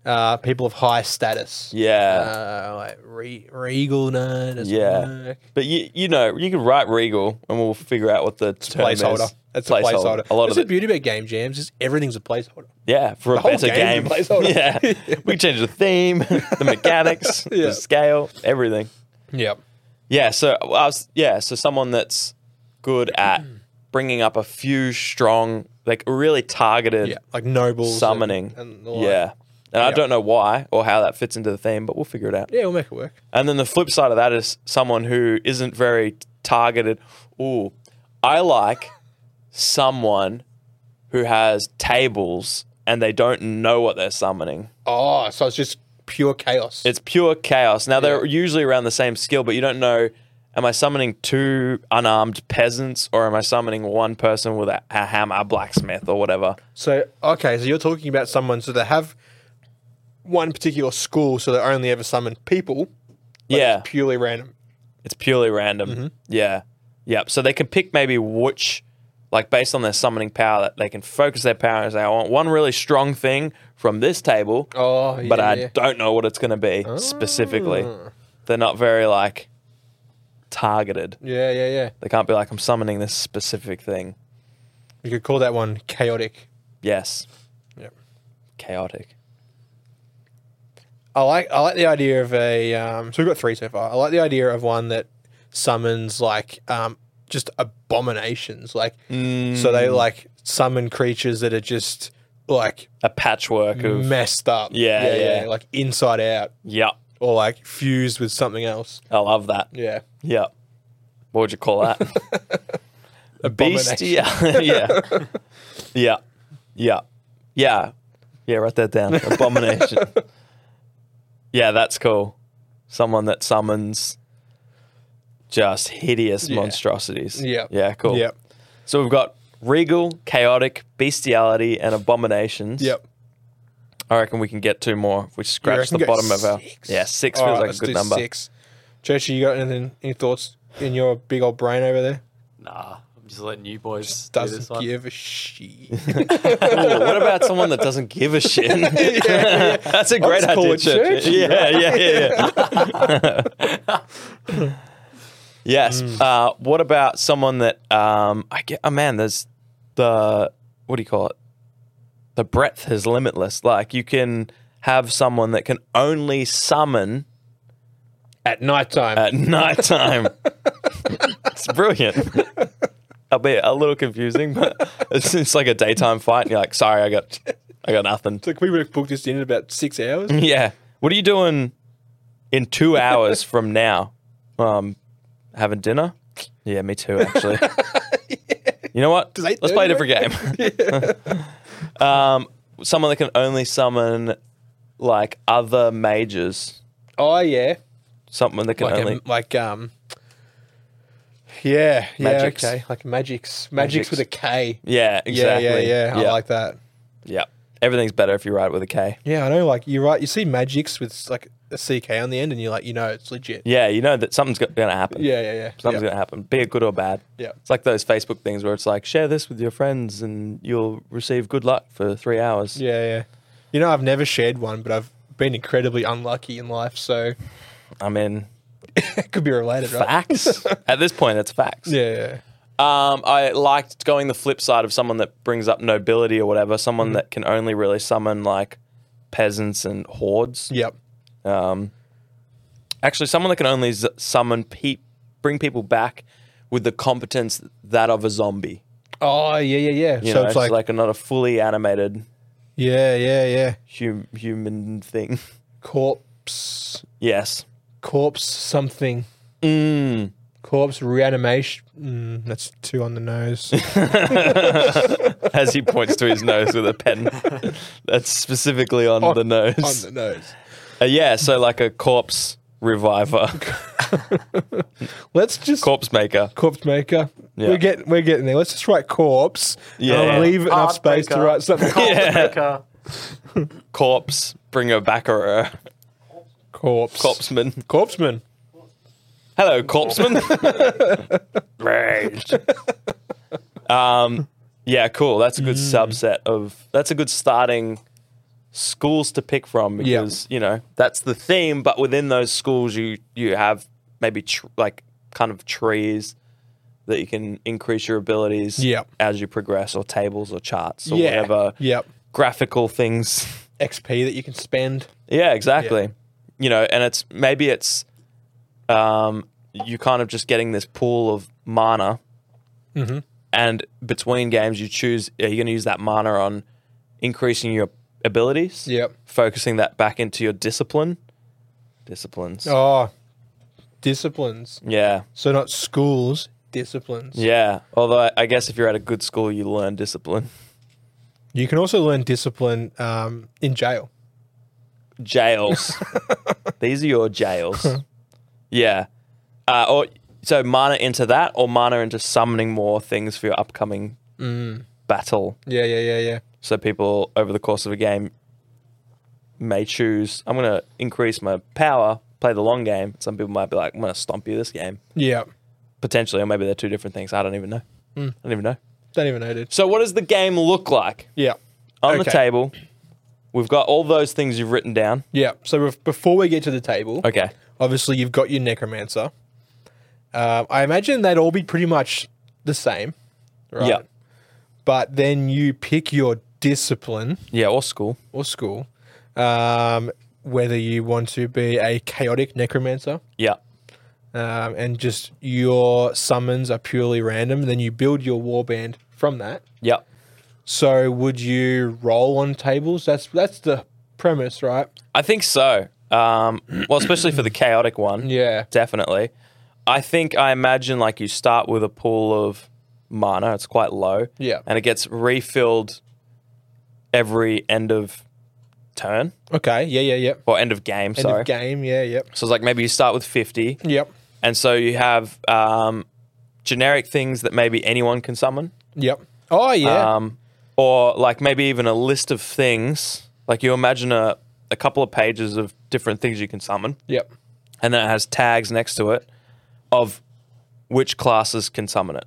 S2: uh, people of high status.
S3: yeah.
S2: Uh, like re- regal nerd. doesn't
S3: yeah.
S2: work.
S3: But you you know you can write regal and we'll figure out what the term
S2: Placeholder.
S3: Is.
S2: That's a placeholder.
S3: A lot
S2: That's
S3: of
S2: the
S3: it.
S2: beauty about game jams is everything's a placeholder.
S3: Yeah, for a
S2: whole
S3: better game.
S2: game's a placeholder.
S3: Yeah. we can change the theme, the mechanics,
S2: Yeah.
S3: the scale, everything.
S2: Yep.
S3: Yeah, so I was yeah, so someone that's good at bringing up a few strong, like really targeted
S2: Yeah. Like nobles. and-
S3: summoning.
S2: and the like.
S3: yeah, and I
S2: Yeah.
S3: don't know why or how that fits into the theme, but we'll figure it out.
S2: Yeah, we'll make it work.
S3: And then the flip side of that is someone who isn't very targeted. Ooh, I like someone who has tables and they don't know what they're summoning.
S2: Oh, so it's just pure chaos.
S3: It's pure chaos. Now they're usually around the same skill, but you don't know. Am I summoning two unarmed peasants, or am I summoning one person with a, a hammer, a blacksmith, or whatever?
S2: so okay, so you're talking about someone so they have one particular school, so they only ever summon people. but
S3: yeah,
S2: it's Mm-hmm. purely random.
S3: It's purely random. Yeah. Yep. So they can pick maybe which, like based on their summoning power, that they can focus their power and say, I want one really strong thing from this table,
S2: Oh,
S3: but I
S2: yeah. Ah.
S3: don't know what it's going to be specifically. They're not very like targeted.
S2: Yeah, yeah, yeah.
S3: They can't be like, I'm summoning this specific thing.
S2: You could call that one chaotic.
S3: Yes.
S2: Yep.
S3: Chaotic.
S2: I like I like the idea of a um, so we've got three so far. I like the idea of one that summons like um, just abominations, like so
S3: Mm.
S2: they like summon creatures that are just like
S3: A patchwork of.
S2: messed up,
S3: Yeah, yeah.
S2: like inside out
S3: yep.
S2: or like fused with something else.
S3: I love that.
S2: Yeah,
S3: Yep. What would you call that? A
S2: Abomination.
S3: Yeah. yeah. Yeah. Yeah. Yeah. Yeah, write that down. Abomination. yeah, that's cool. Someone that summons just hideous monstrosities.
S2: yeah,
S3: Yeah, cool.
S2: Yep,
S3: So we've got regal, chaotic, bestiality, and abominations.
S2: yep.
S3: I reckon we can get two more if we scratch
S2: reckon
S3: the
S2: go
S3: bottom of our.
S2: six?
S3: Yeah, six
S2: All
S3: feels
S2: right,
S3: like
S2: let's
S3: a good
S2: do
S3: number.
S2: Six. Churchy, you got anything? Any thoughts in your big old brain over there?
S4: Nah, I'm just letting you boys do this
S2: Doesn't
S4: one.
S2: give a shit.
S3: Ooh, what about someone that doesn't give a shit? That's a great
S2: Let's call
S3: idea.
S2: it
S3: Church.
S2: churchy,
S3: Yeah, yeah, yeah, yeah. yes.
S2: Hmm.
S3: Uh, what about someone that um, I get? Oh man, there's the what do you call it? The breadth is limitless. Like you can have someone that can only summon
S2: At night time,
S3: at nighttime. it's brilliant. Albeit a little confusing, but it's, it's like a daytime fight, and you're like, sorry, I got, I got nothing.
S2: like we would have booked this in in about six hours.
S3: Yeah. What are you doing in two hours from now? Um, having dinner? Yeah, me too, actually. You know what?
S2: eight
S3: Let's play a
S2: thirty
S3: different game. um, someone that can only summon like other mages.
S2: Oh yeah,
S3: Someone that can
S2: like
S3: only
S2: a, like um, yeah, yeah,
S3: Magics.
S2: okay, like magics, magics with a K.
S3: yeah, exactly.
S2: Yeah, yeah, yeah. I like that.
S3: Yeah. Everything's better if you write it with a K.
S2: Yeah, I know. Like you're right. You see magics with like a CK on the end, and you're like, you know, it's legit.
S3: Yeah, you know that something's going to happen.
S2: Yeah, yeah, yeah.
S3: Something's
S2: yeah.
S3: going to happen, be it good or bad.
S2: Yeah.
S3: It's like those Facebook things where it's like, share this with your friends and you'll receive good luck for three hours.
S2: yeah, yeah. You know, I've never shared one, but I've been incredibly unlucky in life, so
S3: I mean,
S2: it could be related, right?
S3: facts. At this point, it's facts.
S2: Yeah, yeah,
S3: Um, I liked going the flip side of someone that brings up nobility or whatever,
S2: Mm-hmm.
S3: someone that can only really summon like peasants and hordes. Um,
S2: yep.
S3: Actually, someone that can only z- summon, pe- bring people back with the competence that of a zombie.
S2: Oh yeah, yeah, yeah.
S3: You
S2: so
S3: know,
S2: it's like,
S3: not a fully animated
S2: yeah, yeah, yeah.
S3: hum- human thing.
S2: Corpse,
S3: Yes.
S2: corpse, something.
S3: Mm.
S2: Corpse reanimation. Mm, that's two on the nose.
S3: As he points to his nose with a pen. That's specifically on, the
S2: on
S3: nose.
S2: the nose.
S3: Uh, yeah, so like a corpse reviver,
S2: Let's just
S3: corpse maker.
S2: corpse maker.
S3: Yeah.
S2: We're getting we're getting there. Let's just write corpse. and I'll
S3: Yeah.
S2: leave enough space to
S4: Heartbreaker.
S2: write something.
S4: Heartbreaker.
S3: Corpse, bring her back or a
S2: corpse.
S3: corpseman.
S2: Corpseman.
S3: Hello, corpseman. Rage. Um, yeah, cool. That's a good
S2: Mm.
S3: subset of, that's a good starting schools to pick from
S2: Yeah.
S3: because, you know, that's the theme, but within those schools you, you have maybe tr- like kind of trees that you can increase your abilities
S2: Yeah.
S3: as you progress or tables or charts or
S2: yeah.
S3: whatever
S2: Yep.
S3: graphical things.
S2: XP that you can spend.
S3: Yeah, exactly. You know, and it's maybe it's um, you kind of just getting this pool of mana, and between games you choose are you going to use that mana on increasing your abilities?
S2: Yep.
S3: focusing that back into your discipline, disciplines.
S2: Oh, disciplines.
S3: Yeah,
S2: So not schools. Disciplines.
S3: yeah. Although I, I guess if you're at a good school, you learn discipline.
S2: You can also learn discipline um, in jail.
S3: jails. These are your jails. yeah. Uh, or so mana into that, or mana into summoning more things for your upcoming
S2: Mm.
S3: battle.
S2: Yeah, yeah, yeah, yeah.
S3: So people over the course of a game may choose. I'm gonna increase my power, play the long game. Some people might be like, I'm gonna stomp you this game
S2: Yeah.
S3: potentially, or maybe they're two different things. I don't even know.
S2: Mm.
S3: I don't even know.
S2: Don't even know, dude.
S3: So what does the game look like
S2: Yeah.
S3: on the
S2: Okay.
S3: table? We've got all those things you've written down.
S2: Yeah. So bef- before we get to the table,
S3: Okay.
S2: obviously you've got your necromancer. Um, I imagine they'd all be pretty much the same, right?
S3: Yeah.
S2: But then you pick your discipline
S3: Yeah. Or school.
S2: or school, um, whether you want to be a chaotic necromancer
S3: Yeah.
S2: um, and just your summons are purely random. Then you build your warband from that.
S3: Yeah.
S2: So would you roll on tables? That's that's the premise, right?
S3: I think so. Um, well, especially for the chaotic one.
S2: Yeah.
S3: Definitely. I think I imagine like you start with a pool of mana. It's quite low.
S2: Yeah.
S3: And it gets refilled every end of turn
S2: Okay. Yeah. Yeah. Yeah.
S3: or end of game.
S2: End
S3: sorry.
S2: of game. Yeah. Yep.
S3: So it's like maybe you start with 50.
S2: Yep.
S3: And so you have um, generic things that maybe anyone can summon.
S2: Yep. Oh yeah.
S3: Um, or like maybe even a list of things. Like you imagine a, a couple of pages of different things you can summon.
S2: yep.
S3: and then it has tags next to it of which classes can summon it.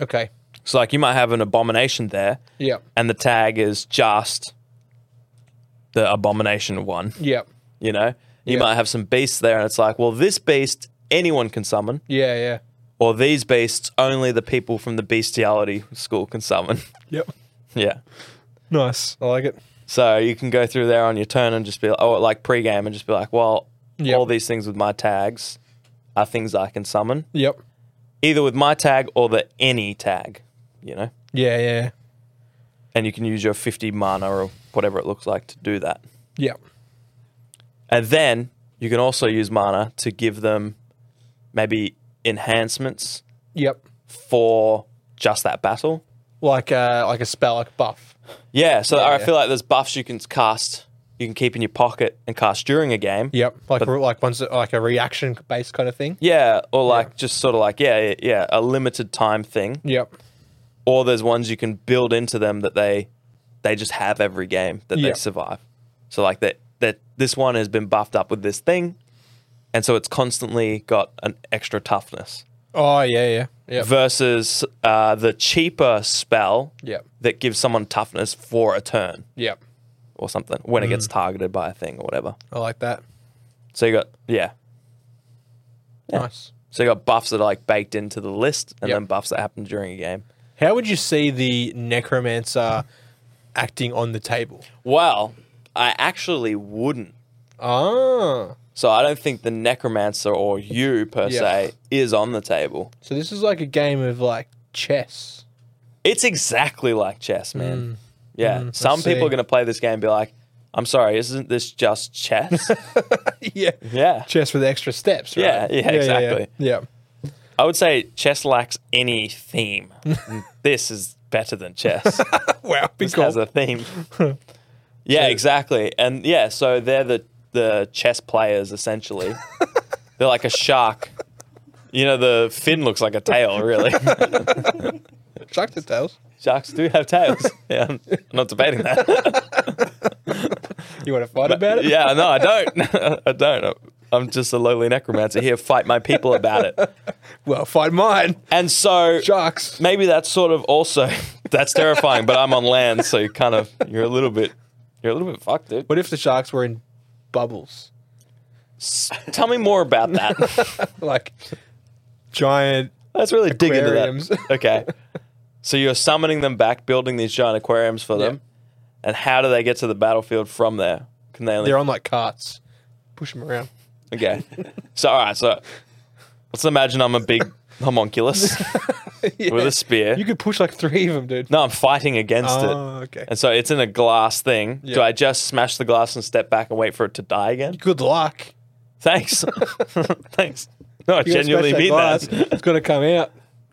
S2: Okay.
S3: So like you might have an abomination there,
S2: Yep.
S3: and the tag is just the abomination one.
S2: Yep.
S3: You know, you
S2: Yeah.
S3: might have some beasts there, and it's like, well, this beast anyone can summon,
S2: Yeah. Yeah.
S3: or these beasts only the people from the bestiality school can summon.
S2: Yep.
S3: yeah.
S2: Nice. I like it.
S3: So you can go through there on your turn and just be like, oh, like pregame, and just be like, well,
S2: Yep.
S3: all these things with my tags are things I can summon.
S2: Yep.
S3: either with my tag or the any tag, you know.
S2: Yeah. Yeah.
S3: And you can use your 50 mana or whatever it looks like to do that.
S2: Yep.
S3: And then you can also use mana to give them maybe enhancements
S2: Yep.
S3: for just that battle.
S2: Like uh, like a spell, like a buff.
S3: Yeah, so I
S2: yeah.
S3: feel like there's buffs you can cast, you can keep in your pocket and cast during a game.
S2: Yep. Like
S3: But-
S2: re- like once like a reaction based kind of thing.
S3: Yeah, or like just sort of like, yeah, yeah, yeah, a limited time thing.
S2: Yep.
S3: or there's ones you can build into them that they they just have every game that
S2: Yeah.
S3: they survive. So like that that this one has been buffed up with this thing, and so it's constantly got an extra toughness.
S2: Oh yeah. Yeah. Yep.
S3: Versus uh, the cheaper spell
S2: Yep.
S3: that gives someone toughness for a turn
S2: Yep.
S3: or something when it gets targeted by a thing or whatever.
S2: I like that.
S3: So you got yeah.
S2: Nice.
S3: So you got buffs that are like baked into the list, and
S2: Yeah.
S3: then buffs that happen during a game.
S2: How would you see the necromancer acting on the table?
S3: Well, I actually wouldn't
S2: Ah.
S3: So I don't think the necromancer or you per
S2: Yeah.
S3: se is on the table.
S2: So this is like a game of like chess.
S3: It's exactly like chess, man. Yeah. Some
S2: Mm. I
S3: people
S2: see.
S3: are going to play this game and be like, I'm sorry, isn't this just chess?
S2: yeah.
S3: yeah.
S2: Chess with extra steps, right?
S3: Yeah, yeah, exactly.
S2: Yeah.
S3: I would say chess lacks any theme. this is better than chess.
S2: Wow, big
S3: This has
S2: goal.
S3: a theme. yeah, exactly. And yeah, so they're the, the chess players essentially. they're like a shark. You know, the fin looks like a tail, really.
S2: Chuck the tails.
S3: Sharks do have tails. Yeah, I'm not debating that.
S2: You want to fight about it?
S3: yeah, no, I don't. I don't. I'm just a lowly necromancer here. Fight my people about it.
S2: Well, fight mine.
S3: And so
S2: Sharks.
S3: maybe that's sort of also that's terrifying. But I'm on land, so you kind of you're a little bit you're a little bit fucked, dude.
S2: What if the sharks were in bubbles?
S3: S- Tell me more about that.
S2: Like giant.
S3: Let's really dig into
S2: Aquariums.
S3: that. Okay. So you're summoning them back, building these giant aquariums for them. And how do they get to the battlefield from there? Can they only
S2: They're on like carts. Push them around.
S3: Okay. So all right. So let's imagine I'm a big homunculus
S2: Yeah.
S3: with a spear.
S2: You could push like three of them, dude.
S3: no, I'm fighting against
S2: Oh,
S3: it.
S2: okay.
S3: And so it's in a glass thing.
S2: Yeah.
S3: Do I just smash the glass and step back and wait for it to die again?
S2: Good luck.
S3: Thanks. Thanks. No, I
S2: You gotta
S3: genuinely
S2: smash that
S3: mean
S2: glass.
S3: that.
S2: It's gonna come out.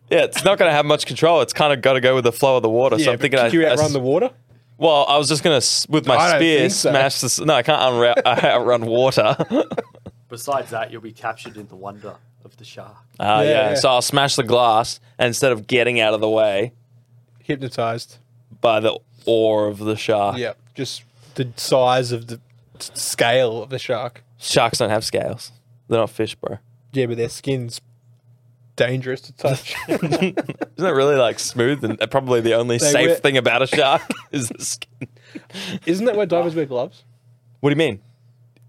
S3: Yeah, it's not going to have much control. It's kind of got to go with the flow of the water. so I'm
S2: but
S3: thinking I,
S2: kick you
S3: I
S2: outrun
S3: s-
S2: the water.
S3: Well, I was just gonna s- with my
S2: I don't
S3: spear
S2: think so.
S3: smash this. No, I can't unra- I outrun water.
S4: Besides that, you'll be captured in the wonder of the shark.
S3: Ah, yeah,
S2: yeah.
S3: So I'll smash the glass and instead of getting out of the way
S2: Hypnotized.
S3: by the oar of the shark.
S2: Yeah. Just the size of the s- scale of the shark.
S3: Sharks don't have scales. They're not fish, bro.
S2: Yeah, but their skin's dangerous to touch.
S3: Isn't it really like smooth and probably the only safe
S2: wear-
S3: thing about a shark is the skin?
S2: Isn't that why divers wear gloves?
S3: What do you mean?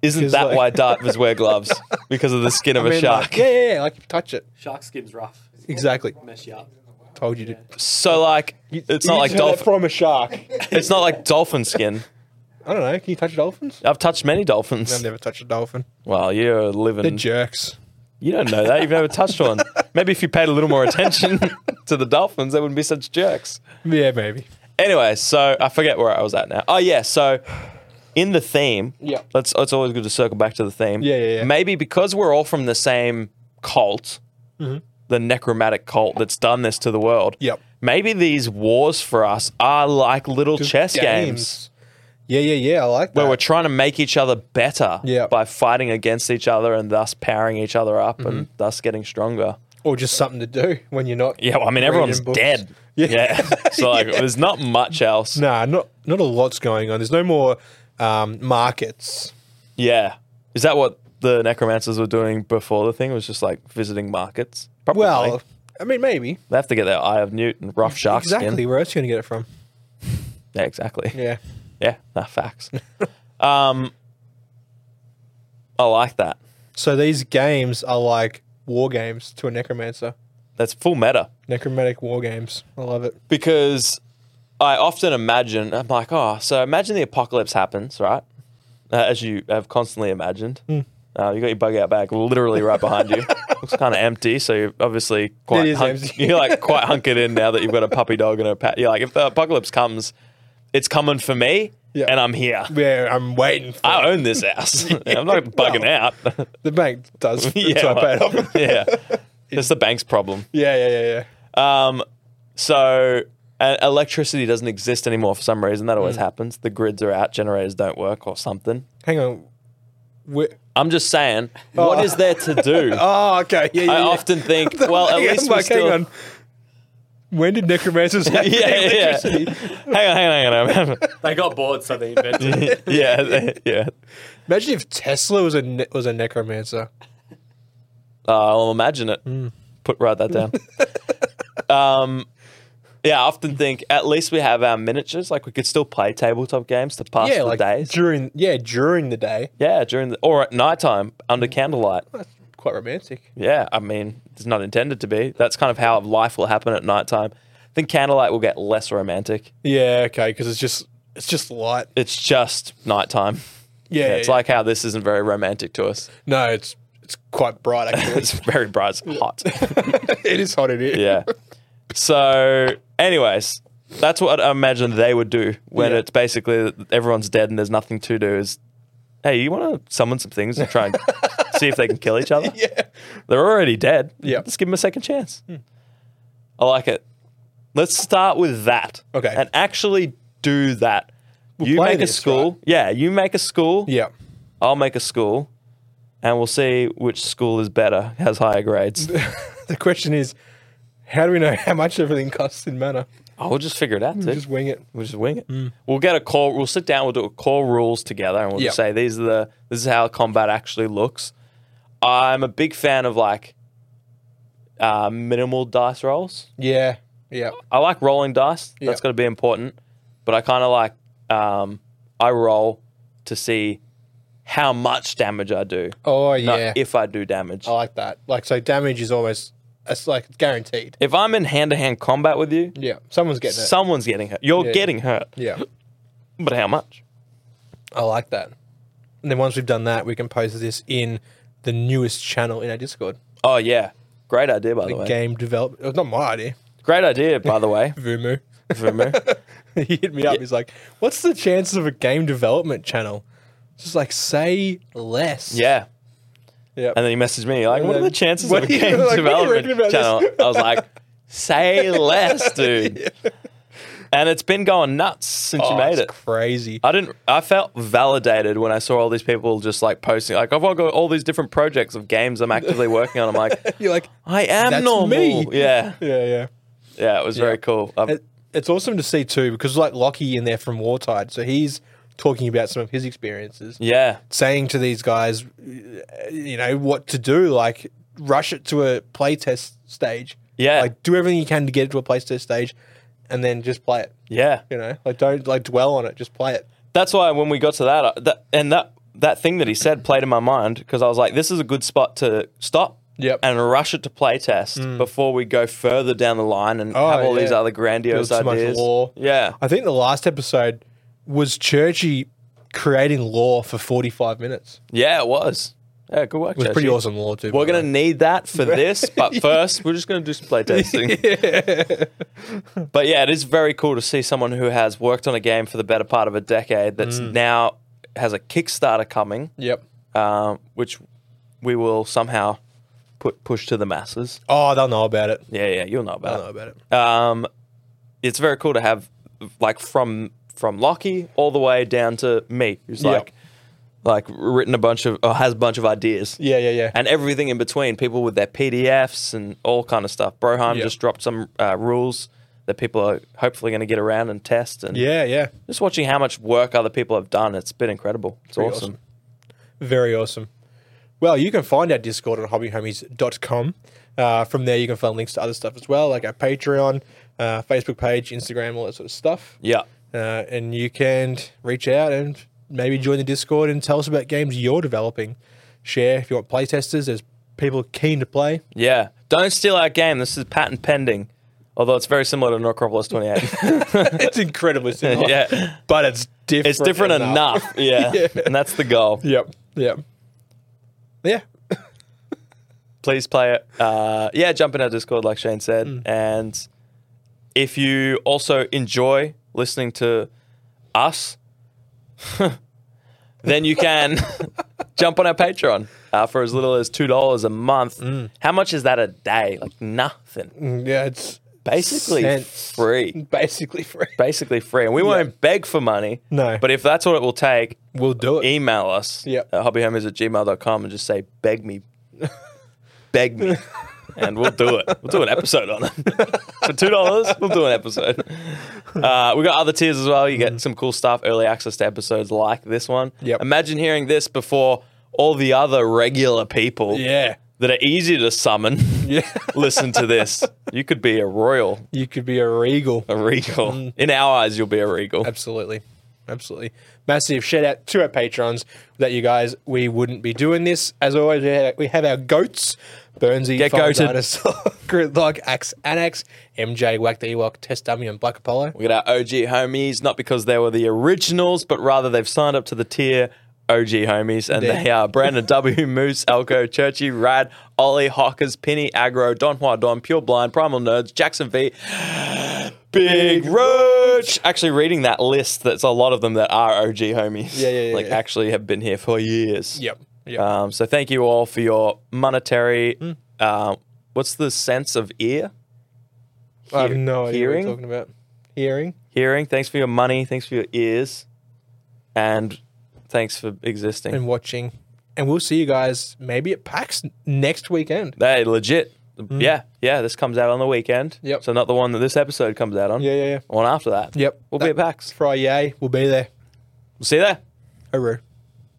S3: Isn't
S2: 'Cause,
S3: that
S2: like-
S3: why divers wear gloves? Because of the skin of a
S2: mean,
S3: shark.
S2: Like, yeah, yeah, yeah. Like you touch it.
S4: Shark skin's rough.
S2: Exactly.
S4: Mess you up.
S2: Told you to.
S3: So like, it's not
S2: You
S3: like
S2: just heard that
S3: dolphin.
S2: from a shark.
S3: It's not like dolphin skin.
S2: I don't know. Can you touch dolphins?
S3: I've touched many
S2: I've
S3: dolphins.
S2: never touched a dolphin.
S3: Well, you're
S2: They're
S3: living.
S2: jerks.
S3: you don't know that. You've never touched one. Maybe if you paid a little more attention to the dolphins, they wouldn't be such jerks.
S2: Yeah, maybe.
S3: Anyway, so I forget where I was at now. Oh yeah, so in the theme,
S2: Yeah.
S3: Let's. It's always good to circle back to the theme.
S2: Yeah, yeah, yeah.
S3: Maybe because we're all from the same cult,
S2: Mm-hmm.
S3: the necromantic cult that's done this to the world.
S2: Yep.
S3: Maybe these wars for us are like little chess games.
S2: Yeah, yeah, yeah. I like that.
S3: where we're trying to make each other better
S2: Yeah.
S3: by fighting against each other and thus powering each other up and
S2: Mm-hmm.
S3: thus getting stronger.
S2: or just something to do when you're not.
S3: Yeah, well, I mean,
S2: reading
S3: everyone's
S2: books.
S3: dead. Yeah. So, like, there's not much else.
S2: Nah, not not a lot's going on. There's no more um, markets.
S3: Yeah. Is that what the necromancers were doing before the thing? Was just like visiting markets? Probably.
S2: Well, I mean, maybe.
S3: they have to get their Eye of Newt and rough shark
S2: Exactly.
S3: skin.
S2: Where else are you going to get it from?
S3: Yeah, exactly.
S2: Yeah.
S3: Yeah, nah, facts. um, I like that.
S2: So these games are like war games to a necromancer.
S3: That's full meta.
S2: Necromantic war games. I love it.
S3: because I often imagine I'm like, oh, so imagine the apocalypse happens, right? Uh, as you have constantly imagined,
S2: Hmm.
S3: uh, you got your bug out bag literally right behind you. Looks kind of empty, so you're obviously quite
S2: is
S3: hunk-
S2: empty.
S3: you're like quite hunkered in now that you've got a puppy dog and a pat. You're like, if the apocalypse comes, it's coming for me,
S2: Yeah.
S3: and I'm here.
S2: Yeah, I'm waiting for
S3: I own this house. I'm not bugging out.
S2: the bank does. yeah,
S3: yeah,
S2: I paid
S3: well,
S2: off.
S3: yeah. It's the bank's problem.
S2: yeah, yeah, yeah, yeah.
S3: Um, so uh, electricity doesn't exist anymore for some reason. That always
S2: Mm.
S3: happens. The grids are out, generators don't work, or something.
S2: Hang on. we
S3: I'm just saying, what is there to do?
S2: oh, okay. Yeah, yeah.
S3: I
S2: yeah.
S3: often think, well, at
S2: Hang on,
S3: least we're
S2: like, hang
S3: still.
S2: on. When did necromancers have
S3: Yeah, yeah,
S2: electricity?
S3: yeah. Hang on, hang on, hang on.
S4: They got bored, so they invented it.
S3: yeah, they- yeah.
S2: Imagine if Tesla was a ne- was a necromancer.
S3: Uh, I'll imagine it.
S2: Mm.
S3: Put write that down. um, yeah, I often think at least we have our miniatures. Like we could still play tabletop games to pass
S2: Yeah,
S3: the
S2: like
S3: days.
S2: during yeah during the day.
S3: yeah, during the or at nighttime under candlelight.
S2: That's quite romantic.
S3: Yeah, I mean, it's not intended to be. That's kind of how life will happen at nighttime. I think candlelight will get less romantic.
S2: Yeah, okay, because it's just it's just light.
S3: It's just nighttime.
S2: Yeah,
S3: it's like how this isn't very romantic to us.
S2: no, it's it's quite bright actually.
S3: It's very bright, it's hot.
S2: it is hot in here.
S3: yeah. So, anyways, that's what I imagine they would do when
S2: Yeah.
S3: it's basically everyone's dead and there's nothing to do. Is hey, you want to summon some things and try and see if they can kill each other?
S2: yeah. Hmm.
S3: They're already dead.
S2: Yeah.
S3: Let's give them a second chance. I like it. Let's start with that.
S2: Okay.
S3: And actually do that. you
S2: play
S3: make
S2: this,
S3: a school.
S2: right?
S3: Yeah, you make a school.
S2: Yeah.
S3: I'll make a school. And we'll see which school is better, has higher grades.
S2: The question is, how do we know how much everything costs in mana?
S3: oh, we'll just figure it out, dude.
S2: Just wing it.
S3: We'll just wing it.
S2: Mm.
S3: We'll get a core. We'll sit down. We'll do a core rules together, and we'll just
S2: Yep.
S3: say these are the. This is how combat actually looks. I'm a big fan of like uh, minimal dice rolls.
S2: Yeah. Yeah.
S3: I like rolling dice.
S2: Yeah.
S3: That's got to be important. But I kind of like um, I roll to see how much damage I do.
S2: Oh
S3: not
S2: yeah. Oh.
S3: if I do damage.
S2: I like that. Like so, damage is almost it's like guaranteed.
S3: If I'm in hand to hand combat with you,
S2: Yeah. Someone's getting it.
S3: someone's getting hurt. You're
S2: Yeah.
S3: getting hurt.
S2: yeah.
S3: But how much?
S2: I like that. And then once we've done that, we can post this in the newest channel in our Discord.
S3: Oh yeah, great idea by the way.
S2: Game development. It's not my idea.
S3: Great idea by the way.
S2: Vumu.
S3: Vumu.
S2: he hit me up. He's like, "What's the chances of a game development channel?" It's Just like say less.
S3: Yeah.
S2: Yep.
S3: And then he messaged me like,
S2: And
S3: "What are
S2: then-
S3: the chances
S2: What
S3: of
S2: do
S3: a
S2: you-
S3: game
S2: like, what do you reckon
S3: development
S2: about this?
S3: channel?" I was like, "Say less, dude." and it's been going nuts since you
S2: Oh,
S3: made
S2: it's
S3: it.
S2: Crazy.
S3: I didn't. I felt validated when I saw all these people just like posting. Like I've all got all these different projects of games I'm actively working on. I'm like,
S2: You're like,
S3: I am
S2: That's
S3: normal.
S2: me.
S3: Yeah,
S2: yeah, yeah.
S3: yeah. It was very cool. Um, I've-
S2: It, it's awesome to see too because like Lockie in there from Wartide, so he's talking about some of his experiences,
S3: yeah,
S2: saying to these guys, uh, you know, what to do, like rush it to a playtest stage.
S3: Yeah.
S2: like do everything you can to get it to a playtest stage, and then just play it.
S3: yeah.
S2: You know, like don't like dwell on it, just play it.
S3: That's why when we got to that, I- that and that that thing that he said played in my mind because I was like, this is a good spot to stop.
S2: Yep. Mm.
S3: And rush it to playtest before we go further down the line and
S2: Oh,
S3: have all these
S2: yeah.
S3: other grandiose
S2: Build so much
S3: ideas.
S2: lore.
S3: Yeah.
S2: I think the last episode was Churchy creating lore for forty five minutes.
S3: Yeah, it was. Yeah, good work.
S2: It was pretty
S3: Jesse.
S2: awesome lore too.
S3: We're
S2: by the
S3: gonna need that for this, but first we're just gonna do some playtesting. but yeah, it is very cool to see someone who has worked on a game for the better part of a decade that's
S2: Mm.
S3: now has a Kickstarter coming,
S2: way. Yep.
S3: um, which we will somehow put push to the masses.
S2: Oh, they'll know about it.
S3: Yeah, yeah, you'll know about
S2: They'll
S3: it.
S2: know about it.
S3: Um, it's very cool to have like from from Lockie all the way down to me, who's
S2: Yeah.
S3: like like written a bunch of or has a bunch of ideas
S2: Yeah, yeah, yeah.
S3: and everything in between. People with their PDFs and all kind of stuff. Broheim
S2: Yeah.
S3: just dropped some uh, rules that people are hopefully going to get around and test. And
S2: yeah, yeah.
S3: just watching how much work other people have done, it's been incredible. It's
S2: Pretty
S3: awesome.
S2: awesome. Very awesome. Well, you can find our Discord on hobbyhomies.com. Uh, from there, you can find links to other stuff as well, like our Patreon, uh, Facebook page, Instagram, all that sort of stuff.
S3: Yeah,
S2: Uh, and you can reach out and maybe join the Discord and tell us about games you're developing. Share if you want playtesters. There's people keen to play.
S3: yeah. Don't steal our game. This is patent pending. Although it's very similar to Necropolis 28.
S2: it's incredibly similar.
S3: yeah.
S2: But it's different.
S3: It's different enough. Yeah.
S2: Yeah.
S3: And that's the goal.
S2: Yep. Yep. Yeah.
S3: please play it. Uh, yeah, jump in our Discord, like Shane said. And if you also enjoy listening to us, then you can jump on our Patreon uh, for as little as $2 a month. How much is that a day? Like nothing.
S2: Yeah. It's
S3: Basically
S2: Cents.
S3: free.
S2: basically free.
S3: Basically free. And we won't beg for money.
S2: No.
S3: But if that's what it will take,
S2: We'll do it.
S3: email us
S2: Yep.
S3: at hobbyhomies at gmail.com and just say, beg me, beg me, and we'll do it. We'll do an episode on it. For $2, we'll do an episode. Uh, we got other tiers as well. You get some cool stuff, early access to episodes like this one.
S2: Mm. Yep.
S3: Imagine hearing this before all the other regular people
S2: Yeah.
S3: that are easy to summon
S2: Yeah.
S3: listen to this. You could be a royal,
S2: You could be a regal.
S3: a regal.
S2: Mm.
S3: In our eyes, you'll be a regal.
S2: Absolutely. Absolutely. Massive shout out to our patrons. Without you guys, we wouldn't be doing this. As always, we have, we have our goats. Burnsy,
S3: Get
S2: Fire
S3: goated.
S2: Dinosaur, Gridlock, Axe Annex, MJ, Whack the Ewok, Test Dummy, and Black Apollo.
S3: We got our OG homies, not because they were the originals, but rather they've signed up to the tier OG homies, and
S2: Yeah.
S3: they are Brandon W, Moose, Elko, Churchy, Rad, Ollie, Hawkers, Penny, Agro, Don Juan Don, Pure Blind, Primal Nerds, Jackson V, Big Roach. Actually, reading that list, that's a lot of them that are OG homies.
S2: Yeah, yeah, yeah,
S3: Like
S2: yeah.
S3: actually have been here for years.
S2: Yep. Yep.
S3: Um, so thank you all for your monetary.
S2: Mm.
S3: Uh, what's the sense of ear?
S2: I have no idea
S3: hearing?
S2: what you're talking about. Hearing.
S3: hearing. Thanks for your money. Thanks for your ears. And thanks for existing.
S2: and watching. And we'll see you guys maybe at PAX n- next weekend.
S3: hey, legit. Yeah, yeah. This comes out on the weekend.
S2: Mm. Yep.
S3: So not the one that this episode comes out on.
S2: Yeah, yeah, yeah.
S3: One after that.
S2: Yep.
S3: We'll
S2: That-
S3: be at PAX.
S2: Fry yay, we'll be there.
S3: We'll see you there.
S2: Hooroo.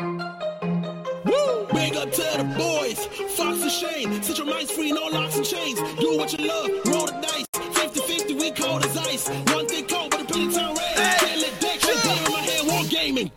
S1: Woo! Big up to the boys, Fox and Shane. Set your minds free, no locks and chains. Do what you love, roll the dice. 50 50, we cold as ice. One thing cold, but a penny town red. Can't let that shit get in my head, war gaming.